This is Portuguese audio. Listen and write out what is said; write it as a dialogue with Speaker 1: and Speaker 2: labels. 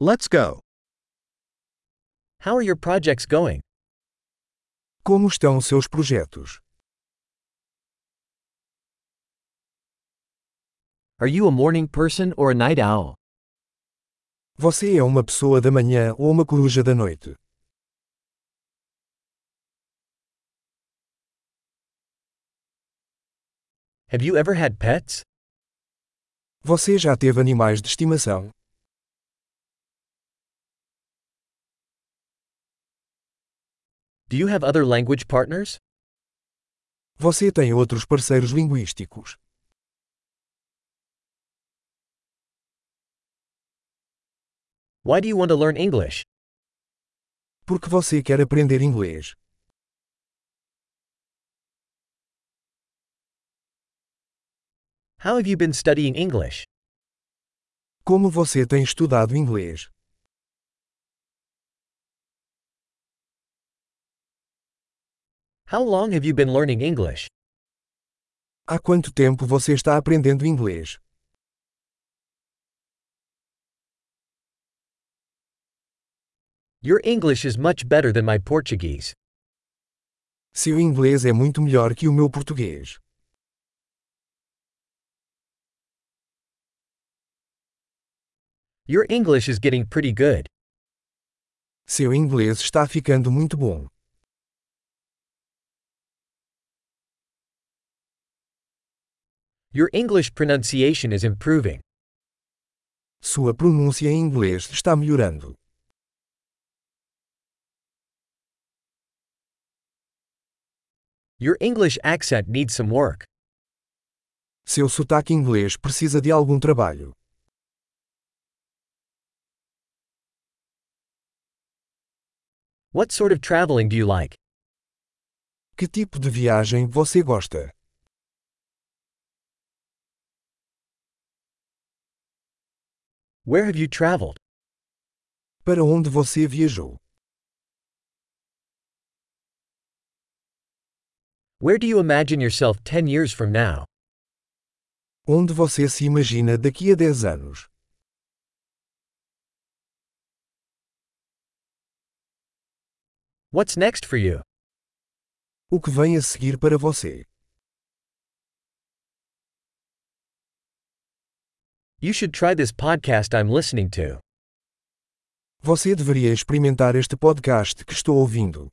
Speaker 1: Let's go.
Speaker 2: How are your projects going?
Speaker 3: Como estão seus projetos?
Speaker 2: Are you a morning person or a night owl?
Speaker 3: Você é uma pessoa da manhã ou uma coruja da noite?
Speaker 2: Have you ever had pets?
Speaker 3: Você já teve animais de estimação?
Speaker 2: Do you have other language partners?
Speaker 3: Você tem outros parceiros linguísticos?
Speaker 2: Why do you want to learn English?
Speaker 3: Porque você quer aprender inglês?
Speaker 2: How have you been studying English?
Speaker 3: Como você tem estudado inglês?
Speaker 2: How long have you been learning English?
Speaker 3: Há quanto tempo você está aprendendo inglês?
Speaker 2: Your English is much better than my Portuguese.
Speaker 3: Seu inglês é muito melhor que o meu português.
Speaker 2: Your English is getting pretty good.
Speaker 3: Seu inglês está ficando muito bom.
Speaker 2: Your English pronunciation is improving.
Speaker 3: Sua pronúncia em inglês está melhorando.
Speaker 2: Your English accent needs some work.
Speaker 3: Seu sotaque inglês precisa de algum trabalho.
Speaker 2: What sort of traveling do you like?
Speaker 3: Que tipo de viagem você gosta?
Speaker 2: Where have you traveled?
Speaker 3: Para onde você viajou?
Speaker 2: Where do you imagine yourself 10 years from now?
Speaker 3: Onde você se imagina daqui a 10 anos?
Speaker 2: What's next for you?
Speaker 3: O que vem a seguir para você?
Speaker 2: You should try this podcast I'm listening to.
Speaker 3: Você deveria experimentar este podcast que estou ouvindo.